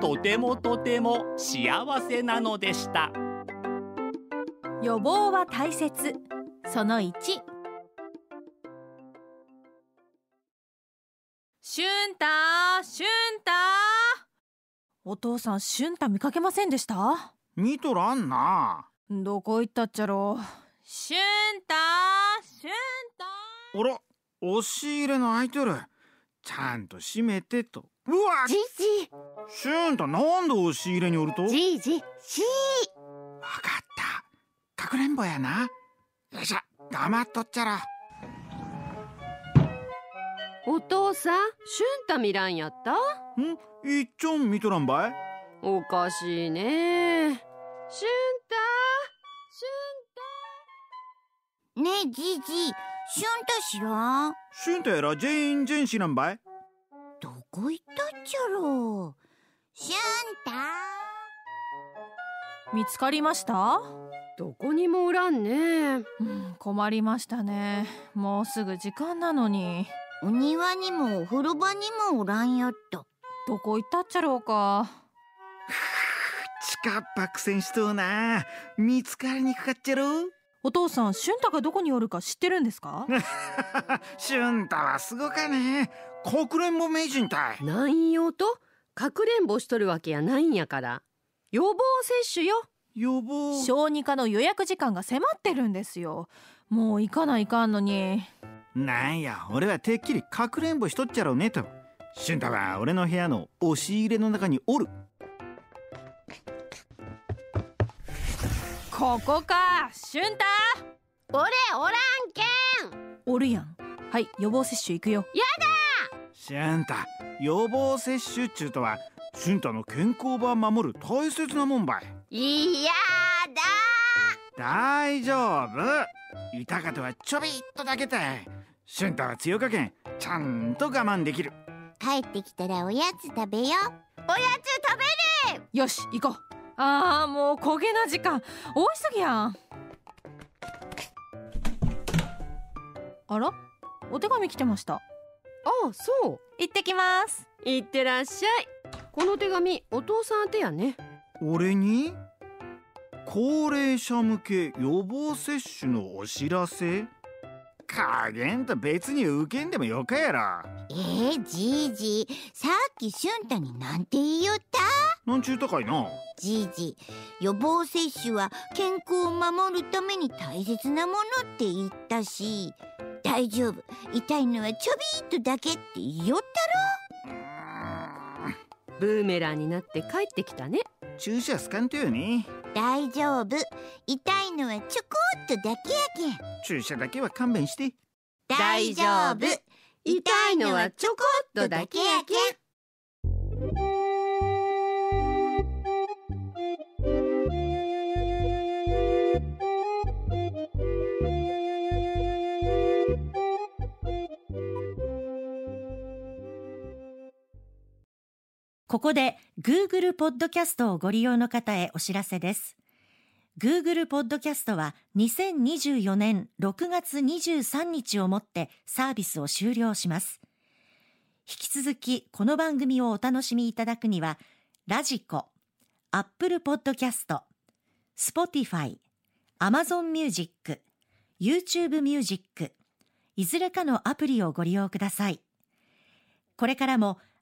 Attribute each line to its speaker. Speaker 1: とてもとても幸せなのでした
Speaker 2: 予防は大切その1しゅんたしゅんたお父さんしゅんた見かけませんでした
Speaker 3: 見とらんな
Speaker 2: どこ行ったっちゃろしゅんたしゅんた
Speaker 3: あら押し入れの開いとるちゃんと閉めてとうわ
Speaker 4: じい
Speaker 3: シュンとなんで押し入れにおるとわかっ
Speaker 4: じいじいし
Speaker 3: たかくれんぼやなよいしょ黙っとっちゃろ
Speaker 5: お父さんシュンタ見らんやった
Speaker 3: んいっちょん見とらんばい
Speaker 5: おかしいねシュンタシ
Speaker 4: ねえじいじしゅんとしらん
Speaker 3: シュンとやら全員全知らんばい
Speaker 4: どこ行ったっちゃろうしゅんた
Speaker 2: 見つかりました
Speaker 5: ュンタどこにもおらんね
Speaker 2: うん困りましたねもうすぐ時間なのに
Speaker 4: お庭にもお風呂場にもおらんやった
Speaker 2: どこ行ったっちゃろうか
Speaker 3: 近っぱ苦戦しとうな見つかりにくかっちゃろ
Speaker 2: お父さんしゅんたがどこにおるか知ってるんですか
Speaker 3: シュンとはすごかねかくれんぼ名人たい
Speaker 5: なんよとかくれんぼしとるわけやないんやから予防接種よ
Speaker 3: 予防
Speaker 2: 小児科の予約時間が迫ってるんですよもう行かないかんのに
Speaker 3: なんや俺はてっきりかくれんぼしとっちゃろうねとシュンタは俺の部屋の押し入れの中におる
Speaker 2: ここかしゅんた
Speaker 5: 俺おらんけ
Speaker 2: おるやんはい予防接種行くよ
Speaker 3: シュンタ予防接種っちゅうとはシュンタの健康ば守る大切なもんばい
Speaker 4: いやだ
Speaker 3: 大丈夫痛かとはちょびっとだけたいシュンタは強かけんちゃんと我慢できる
Speaker 4: 帰ってきたらおやつ食べようおやつ食べ
Speaker 2: よし行こうあーもう焦げな時間多いすぎやんあらお手紙来てました
Speaker 5: あそう
Speaker 2: 行ってきます
Speaker 5: いってらっしゃいこの手紙お父さん宛てやね
Speaker 3: 俺に高齢者向け予防接種のお知らせ加減と別に受けんでもよかやろ
Speaker 4: えー、じいじさっきしゅんたになんて言いよった
Speaker 3: なんちゅうたかいな
Speaker 4: じいじ予防接種は健康を守るために大切なものって言ったし大丈夫痛いのはちょびっとだけって言いよっ
Speaker 5: ブーメランになって帰ってきたね
Speaker 3: 注射すかんとよね
Speaker 4: た大丈夫痛いのはちょこっとだけやけん
Speaker 3: 注射だけは勘弁して
Speaker 5: 大丈夫痛いのはちょこっとだけやけん
Speaker 6: ここで Google ポッドキャストをご利用の方へお知らせです。Google ポッドキャストは2024年6月23日をもってサービスを終了します。引き続きこの番組をお楽しみいただくには、ラジコ、Apple ポッドキャスト、Spotify、Amazon Music、YouTube Music、いずれかのアプリをご利用ください。これからも